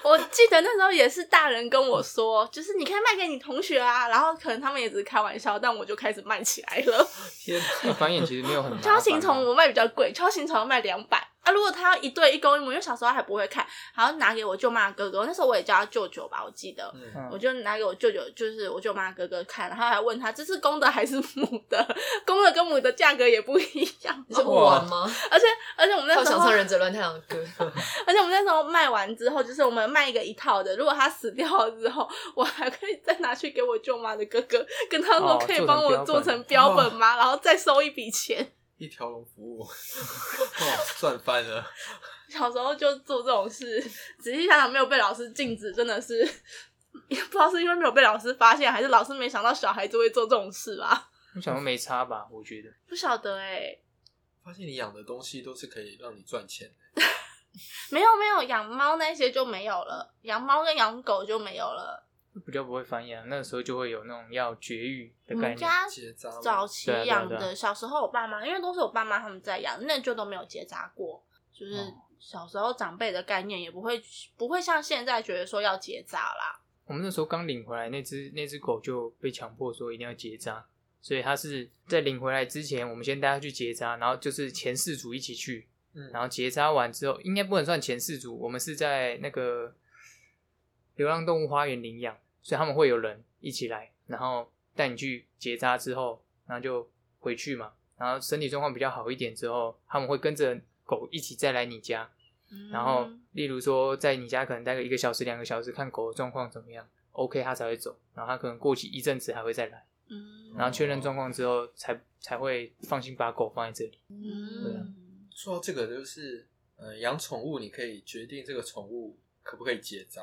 S3: 我记得那时候也是大人跟我说，就是你可以卖给你同学啊，然后可能他们也只是开玩笑，但我就开始卖起来了。
S1: 天哪！
S2: 那繁衍其实没有很麻烦啊
S3: 超形虫我卖比较贵，超形虫要卖两百啊。如果他要一对一公一母，因为小时候还不会看，然后拿给我舅妈的哥哥，那时候我也叫他舅舅吧，我记得。
S1: 嗯，
S2: 嗯
S3: 我就拿给我舅舅，就是我舅妈的哥哥看，然后还问他这是公的还是母的，公的跟母的价格也不一样。
S2: 哦
S4: 你是
S1: 哇
S4: 我玩吗？
S3: 而且而且我们那
S4: 我
S3: 时
S4: 想
S3: 候
S4: 唱，忍者乱太郎的歌，
S3: 而且我们那时候卖完之后，就是我们卖一个一套的，如果他死掉了之后，我还可以再拿去给我舅妈的哥哥，跟他说
S2: 哦
S3: 可以
S2: 做成
S3: 帮我
S2: 标
S3: 做
S2: 本
S3: 成标本吗？然后再收一笔钱。
S1: 一条龙服务，哦，赚翻了。
S3: 小时候就做这种事，仔细想想没有被老师禁止，真的是不知道是因为没有被老师发现，还是老师没想到小孩子会做这种事吧？
S2: 我想说没差吧，我觉得
S3: 不晓得哎、
S1: 发现你养的东西都是可以让你赚钱的，
S3: 没有没有，养猫那些就没有了，养猫跟养狗就没有了。
S2: 比较不会繁衍啊，那个时候就会有那种要绝育
S3: 我
S2: 的概
S3: 们
S2: 念，
S3: 家
S1: 结扎吗
S3: 早期
S2: 对啊对啊
S3: 养
S2: 对啊
S3: 的，小时候我爸妈，因为都是我爸妈他们在养，那就都没有结扎过，就是
S2: 哦。
S3: 小时候长辈的概念也不会不会像现在觉得说要结扎啦，
S2: 我们那时候刚领回来那只那只狗就被强迫说一定要结扎，所以它是在领回来之前，我们先带它去结扎，然后就是前四组一起去，
S1: 嗯
S2: 然后结扎完之后，应该不能算前四组，我们是在那个流浪动物花园领养，所以他们会有人一起来，然后带你去结扎之后，然后就回去嘛，然后身体状况比较好一点之后，他们会跟着狗一起再来你家，然后
S3: 嗯
S2: 例如说在你家可能待个一个小时、两个小时，看狗的状况怎么样，OK 它才会走，然后它可能过期一阵子还会再来，
S3: 嗯
S2: 然后确认状况之后才才会放心把狗放在这里。
S3: 嗯，
S2: 啊
S1: 说到这个，就是呃，养宠物你可以决定这个宠物可不可以结扎，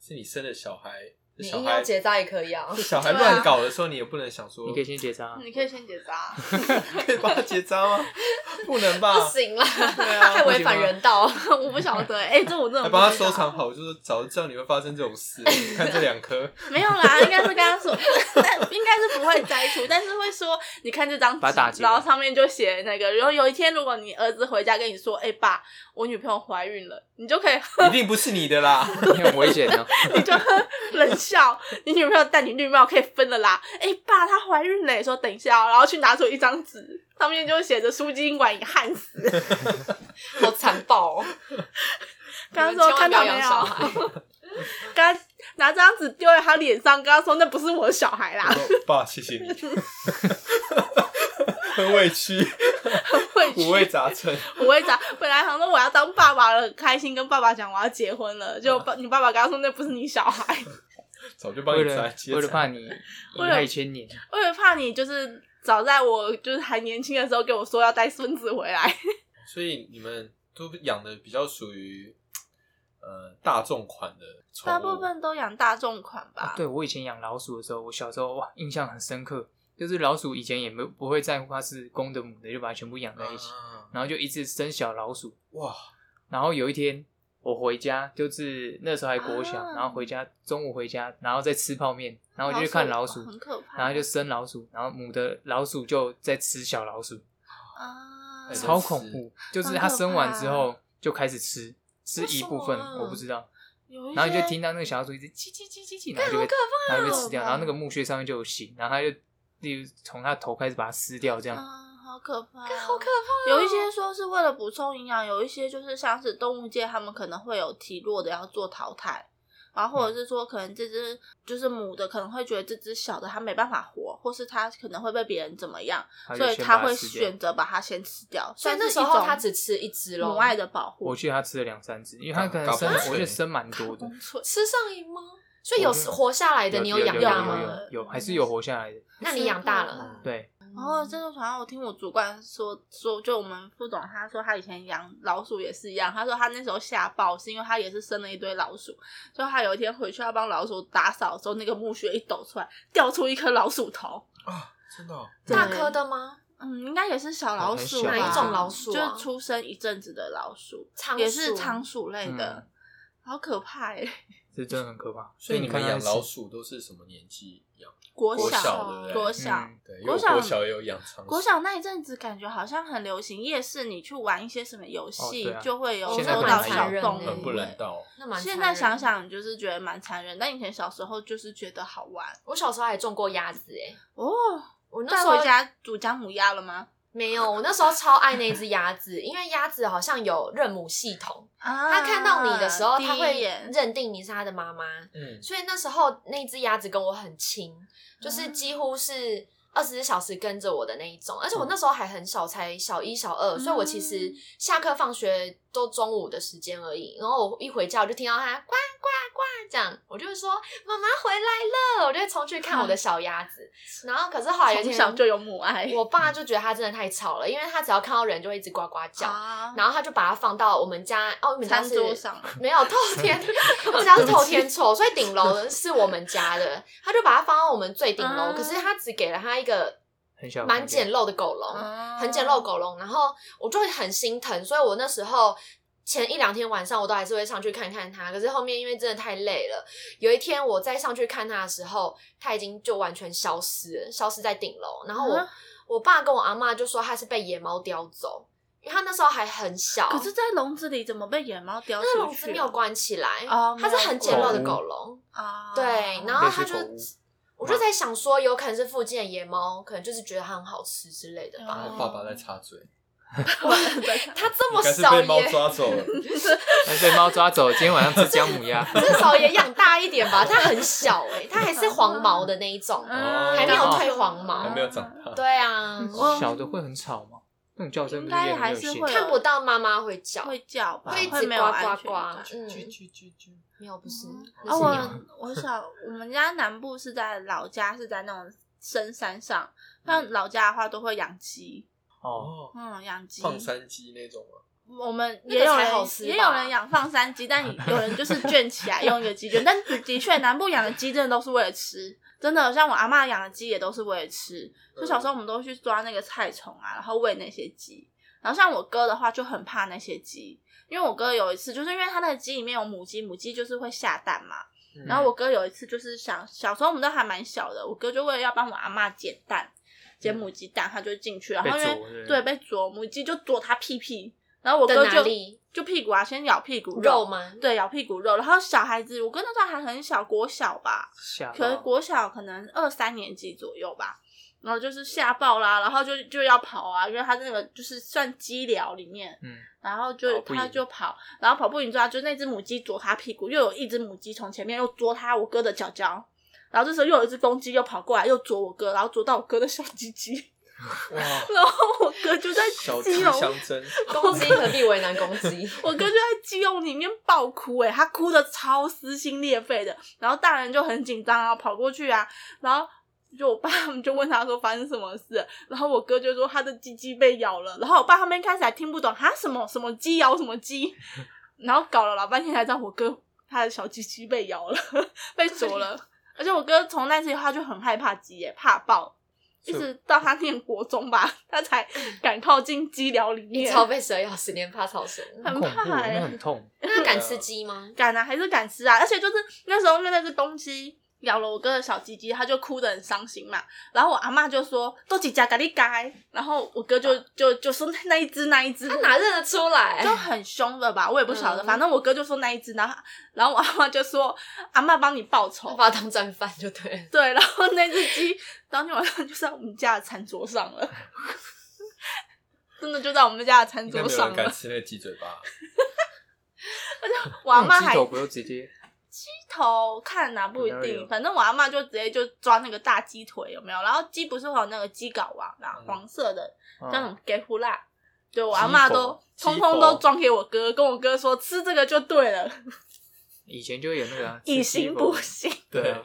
S1: 是你生了小孩，这
S4: 你
S1: 小
S4: 硬
S1: 孩
S4: 要结扎也可以啊
S1: 这。小 孩
S3: 对啊
S1: 乱搞的时候，你也不能想说
S2: 你可以先结扎啊、
S3: 嗯
S4: 嗯
S3: 你可以先结扎。
S1: 可以帮他结扎吗？不能吧？
S4: 不行啦，
S1: 对啊
S4: 太违反人道。
S3: 我不晓得，哎、这我真的
S1: 还
S3: 不
S1: 帮他
S3: 知道
S1: 收藏好，就是早知道你会发生这种事，你看这两颗，
S3: 没有啦，应该是跟他说， 但应该是不会摘除，但是会说，你看这张
S2: 把它打
S3: 纸，
S2: 结
S3: 然后上面就写那个，然后有一天如果你儿子回家跟你说，哎、爸，我女朋友怀孕了，你就可以
S1: 一定不是你的 啦。
S2: 你很危险哦。
S3: 你就 冷笑，你女朋友戴你绿帽可以分了啦，哎、爸，她怀孕了，说等一下、哦，然后去拿出一张纸，上面就写着输精管已焊死，
S4: 好残暴哦！
S3: 刚刚
S4: 你们
S3: 说
S4: 千
S3: 看
S4: 万不要
S3: 到没有
S4: 养小孩，
S3: 刚刚拿这张纸丢在他脸上，跟他说那不是我的小孩啦
S1: 我， 说爸，谢谢你， 很委屈，
S3: 会去
S1: 五味杂陈。
S3: 我会讲，本来想说我要当爸爸了，很开心跟爸爸讲我要结婚了，就
S2: 啊
S3: 爸你爸爸跟他说那不是你小孩，
S1: 早就 帮
S2: 为
S1: 你摘
S2: 了
S1: 结
S2: 为了
S1: 扎。
S2: 怕 你遗害千年，哦
S3: 我也怕你就是早在我就是还年轻的时候跟我说要带孙子回来，
S1: 所以你们都养的比较属于呃大众款的宠物，
S3: 大部分都养大众款
S2: 啊
S3: 吧。
S2: 对我以前养老鼠的时候，我小时候哇印象很深刻，就是老鼠以前也没有不会在乎它是公的母的，就把它全部养在一起，
S1: 啊
S2: 然后就一直生小老鼠，
S1: 哇，
S2: 然后有一天我回家，就是那时候还国小，
S3: 啊
S2: 然后回家中午回家，然后再吃泡面，然后我就去看老鼠，
S3: 很可怕。
S2: 然后就生老鼠，然后母的老鼠就在吃小老鼠，
S3: 啊，
S1: 哎真
S2: 超
S1: 是
S2: 恐怖，就是
S3: 很
S2: 它
S3: 可
S2: 生完
S3: 怕啊
S2: 之后就开始吃，吃
S4: 为
S2: 一
S4: 什
S2: 部分
S4: 么啊
S2: 我不知道，
S3: 有一
S2: 然后你就
S3: 些啊
S2: 听到那个小老鼠一直叽叽叽叽叽，然后就
S4: 好
S2: 被
S4: 可
S2: 然后就被
S3: 哦
S4: 怕
S2: 吃掉，然后那个墓穴上面就有血，然后它就例如从它头开始把它撕掉这样，
S3: 啊，好可怕，
S4: 好可怕、哦
S3: 有一些说是为了补充营养，有一些就是像是动物界，他们可能会有体弱的要做淘汰，然
S2: 嗯
S3: 后或者是说可能这只就是母的可能会觉得这只小的它没办法活，或是它可能会被别人怎么样，
S2: 它
S3: 所
S2: 就
S3: 以
S2: 先把
S3: 它
S2: 它
S3: 会
S2: 吃掉
S3: 选。择把它先吃掉。
S4: 所以
S3: 算
S4: 那
S3: 是
S4: 时
S3: 一
S4: 候
S3: 种
S4: 它只吃一只咯
S3: 母爱的保护
S2: 我，记得它吃了两三只，因为它可能
S1: 搞
S2: 生，
S1: 搞
S2: 我觉得
S1: 水
S2: 生蛮多的，
S3: 公寸
S4: 吃上瘾吗？所以有
S2: 我觉得
S4: 活下来的，你
S2: 哦有
S4: 养
S2: 有
S4: 大
S2: 有有
S4: 吗？
S2: 有有还
S3: 嗯
S2: 是有活下来的，
S4: 那你养大了，
S2: 对，
S3: 然后这个好像我听我主管说说，就我们副总他说他以前养老鼠也是一样，他说他那时候吓爆是因为他也是生了一堆老鼠，就他有一天回去要帮老鼠打扫的时候，那个墓穴一抖出来，掉出一颗老鼠头，
S1: 啊，真的哦、
S4: 大
S3: 对
S4: 颗的吗？
S3: 嗯，应该也是小老鼠吧，
S2: 很小哪一种
S4: 老鼠啊
S3: 就是出生一阵子的老鼠，
S4: 仓
S3: 也是
S4: 鼠
S3: 仓鼠类的
S2: 嗯，
S3: 好可怕哎、
S2: 这真的很可怕。
S1: 所以你
S2: 看
S1: 们
S2: 它
S1: 养
S2: 吃
S1: 老，鼠都是什么年纪养？
S3: 国
S1: 国
S3: 小
S1: 小对不对？
S3: 国小。
S2: 嗯，
S1: 对，因为我
S3: 国小
S1: 国小也有养仓鼠。
S3: 国小那一阵子，感觉好像很流行夜市，你去玩一些什么游戏，
S2: 哦对啊
S3: 就会有
S4: 现在
S3: 收
S4: 很
S3: 到小
S4: 残忍
S3: 动物、
S4: 欸
S1: 很不人道，
S4: 那蛮。
S3: 现在想，想，就是觉得蛮残忍。但以前小时候就是觉得好玩
S4: 我小时候还种过鸭子哎、
S3: 哦。
S4: 我那
S3: 带
S4: 时候
S3: 回家煮姜母鸭了吗？
S4: 没有，我那时候超爱那只鸭子，因为鸭子好像有认母系统，
S3: 啊
S4: 它看到你的时候，
S3: 哦第
S4: 它
S3: 一
S4: 会
S3: 眼
S4: 认定你是它的妈妈，
S1: 嗯，
S4: 所以那时候那只鸭子跟我很亲，就是
S3: 嗯
S4: 几乎是二十四小时跟着我的那一种，而且
S3: 嗯
S4: 我那时候还很小，才小一、小二，所以我其实下课放学都中午的时间而已。然后我一回家，我就听到它呱呱呱这样，我就会说妈妈回来了，我就会冲去看我的小鸭子。然后可是后来有
S3: 嗯
S4: 一
S3: 从
S4: 天，
S3: 小就有母爱。
S4: 我爸就觉得它真的太吵了，因为它只要看到人就会一直呱呱叫，
S3: 啊
S4: 然后他就把它放到我们家哦，我们家
S3: 餐
S4: 是
S3: 桌上，
S4: 没有透 天，我家是透天厝，所以顶楼是我们家的，他就把它放到我们最顶楼，
S3: 啊
S4: 可是他只给了他一个
S2: 很小的
S4: 蛮
S2: 空间
S4: 简陋的狗笼，
S3: 啊
S4: 很简陋的狗笼，然后我就会很心疼，所以我那时候。前一两天晚上我都还是会上去看看它，可是后面因为真的太累了，有一天我再上去看它的时候，它已经就完全消失了，消失在顶楼。然后我、
S3: 啊
S4: 我爸跟我阿妈就说它是被野猫叼走，因为它那时候还很小。
S3: 可是，在笼子里怎么被野猫叼出
S4: 那
S3: 去？啊
S4: 笼子没有关起来，
S3: 哦
S4: 它是很简陋的
S2: 狗屋
S4: 狗笼。
S3: 啊。
S4: 对，然后
S2: 类似
S4: 它就
S2: 狗屋，
S4: 我就在想说，有可能是附近的野猫，可能就是觉得它很好吃之类
S3: 哦
S4: 的吧。
S1: 然后爸爸在插嘴，
S4: 它这么
S1: 应该是
S4: 少
S1: 被猫
S4: 也，
S1: 抓走了。
S2: 但被猫抓走，今天晚上吃姜母鸭，
S4: 至少也养大一点吧。它很小哎、它还是黄毛的那一种。
S3: 啊
S1: 还没有
S4: 退黄毛
S1: 哦还没有长
S3: 哦
S1: 大。
S4: 对啊，
S3: 我
S2: 小的会很吵吗？那种叫声
S3: 应
S2: 不
S3: 该
S2: 也很
S3: 还
S2: 有
S3: 是
S2: 限
S3: 会？有
S4: 看不到妈妈会叫，
S3: 会叫吧，
S4: 会一
S3: 会
S4: 直
S3: 没有
S4: 呱
S3: 安全
S4: 呱呱
S3: 感。。
S4: 嗯，
S1: 啾啾啾。
S4: 没有不是，
S3: 啊，
S4: 那是你吗
S3: 我我小我们家南部是在老家是在那种深山上，
S4: 嗯
S3: 像老家的话都会养鸡，
S1: 哦，
S2: 哦，
S3: 嗯，养鸡。
S1: 放山鸡那种啊吗？
S3: 我们
S4: 那个
S3: 也有
S4: 才
S3: 人
S4: 好吃
S3: 也
S4: 吧
S3: 有人养放山鸡，但有人就是圈起来用一个鸡圈，但的的确南部养的鸡真的都是为了吃，真的像我阿妈养的鸡也都是为了吃。就小时候我们都去抓那个菜虫啊，然后喂那些鸡。然后像我哥的话就很怕那些鸡，因为我哥有一次就是因为他那个鸡里面有母鸡，母鸡就是会下蛋嘛，
S1: 嗯
S3: 然后我哥有一次就是想，小时候我们都还蛮小的，我哥就为了要帮我阿嬷捡蛋，捡母鸡蛋，他就进去，然后因
S2: 嗯被啄是不
S3: 为
S2: 是
S3: 对被啄，母鸡就啄他屁屁，然后我
S4: 的
S3: 哥
S4: 哪
S3: 就
S4: 里
S3: 就屁股啊，先咬屁股
S4: 肉？吗？
S3: 对，咬屁股肉，然后小孩子，我哥那时候还很小，国小吧，
S2: 吓
S3: 可能
S2: 到，
S3: 国小可能二三年级左右吧，然后就是吓爆啦，然后就就要跑啊，因为他那个就是算鸡寮里面，
S2: 嗯，
S3: 然后就
S1: 跑不
S3: 他
S1: 赢
S3: 就跑，然后跑不赢之后，就那只母鸡啄他屁股，又有一只母鸡从前面又啄他我哥的脚脚，然后这时候又有一只公鸡又跑过来又啄我哥，然后啄到我哥的小鸡 鸡，
S1: 哇，
S3: 然后我哥就在
S1: 小鸡
S3: 鸡笼，
S1: 相争，
S4: 公鸡何必为难公 鸡？
S3: 我哥就在鸡笼里面爆哭、欸，诶，他哭的超撕心裂肺的，然后大人就很紧张啊，跑过去啊，然后就我爸他们就问他说发生什么事，然后我哥就说他的鸡鸡被咬了，然后我爸他们一开始还听不懂哈什么什么鸡咬什么鸡， 然后搞了老半天才知道我哥他的小鸡鸡被咬了，被啄了，而且我哥从那次以后他就很害怕鸡耶，怕爆，一直到他念国中吧，他才敢靠近鸡寮里
S4: 你
S3: 面，
S4: 超被蛇咬，十年怕 草绳。
S2: 很恐
S3: 很
S2: 怖，
S3: 怕
S2: 那
S3: 哎、
S2: 很痛。
S4: 那他敢吃鸡吗？
S3: 敢啊，还是敢吃啊！而且就是那时候，因为那只公鸡咬了我哥的小鸡鸡，他就哭得很伤心嘛。然后我阿妈就说：“都几家咖喱改。”然后我哥就就就说：“那一只，那一只。”
S4: 他哪认得出来？
S3: 就很凶了吧？我也不晓得，
S4: 嗯
S3: 反正我哥就说那一只，然后然后我阿妈就说：“阿妈帮你报
S4: 他
S3: 仇。
S4: 把他当战犯就 对了”。
S3: 对，然后那只鸡当天晚上就在我们家的餐桌上了， 真的就在我们家的餐
S1: 嗯应该
S3: 桌
S1: 没有
S3: 上
S1: 人敢
S3: 了。
S1: 吃那个鸡嘴巴。
S3: 我阿妈
S2: 那种
S3: 还
S2: 鸡头不就直 接
S3: 头看呐、不一
S2: 哪里有
S3: 定，反正我阿妈就直接就抓那个大鸡腿有没有？然后鸡不是会有那个鸡睾丸啊，
S1: 嗯
S3: 黄色的
S2: 嗯
S3: 叫什么给胡辣，对我阿妈都
S1: 鸡头
S3: 通
S1: 鸡
S3: 通都
S1: 头
S3: 装给我哥，跟我哥说吃这个就对 了，
S2: 以前就会有那个啊
S3: 以
S2: 吃鸡
S3: 形
S2: 头
S3: 补 形。
S2: 对
S1: 对
S2: 啊，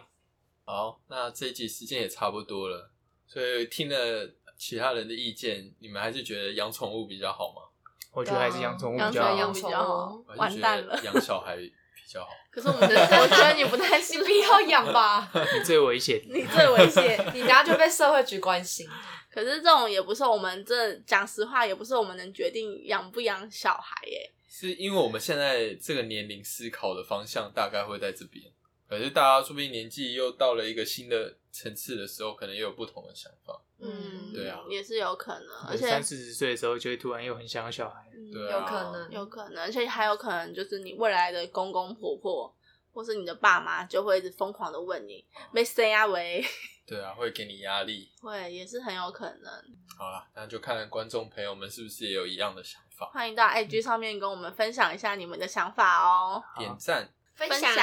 S1: 好，那这一集时间也差不多了，所以听了其他人的意见，你们还是觉得养宠物比较好吗？
S2: 我觉得还是养宠物比
S3: 啊
S2: 较
S3: 养
S2: 好。
S3: 宠物比较好
S1: 我
S4: 宠，
S1: 还是
S3: 完
S1: 觉
S3: 蛋
S1: 得
S3: 了。
S1: 养小孩比较好。
S3: 可是我们的，我觉得你不太
S4: 你
S3: 适合
S4: 不，要养吧，
S2: 你最危险，
S3: 你最危险。
S4: 你等下就被社会局关心。
S3: 可是这种也不是我们这讲实话，也不是我们能决定养不养小孩耶。
S1: 是因为我们现在这个年龄思考的方向大概会在这边，可是大家说不定年纪又到了一个新的层次的时候，可能又有不同的想法。
S4: 嗯，
S1: 对啊
S3: 也是有可能，而且
S2: 三四十岁的时候就会突然又很想要小孩。
S3: 嗯
S1: 对啊
S4: 有可能，
S3: 有可能，而且还有可能就是你未来的公公婆婆或是你的爸妈就会一直疯狂的问你没谁啊喂，
S1: 对啊，会给你压力。
S3: 会也是很有可能。
S1: 好啦，那就看观众朋友们是不是也有一样的想法，
S3: 欢迎到 IG 上面跟我们分享一下你们的想法哦，
S1: 点 赞、
S4: 分
S3: 分享。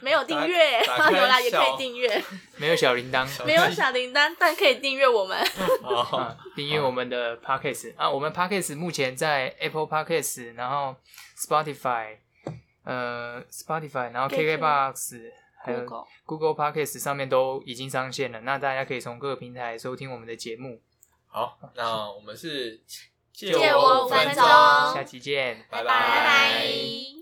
S3: 没有订阅，
S1: 打打开
S3: 有啦，也可
S1: 小
S3: 以订阅。
S2: 没有 小铃铛，
S3: 没有小铃铛，但可以订阅我们。
S1: 哦好，
S2: 啊，订阅我们的 Podcast 啊，我们 Podcast 目前在 Apple Podcast，然后 Spotify，呃，Spotify，然后
S3: KK
S2: KKBox，还有
S3: Google
S2: Google Podcast 上面都已经上线了，那大家可以从各个平台收听我们的节目。
S1: 好，那我们是借
S3: 我五分钟
S2: 下期见。
S1: 拜
S3: 拜
S4: 拜
S1: 拜。
S3: 拜。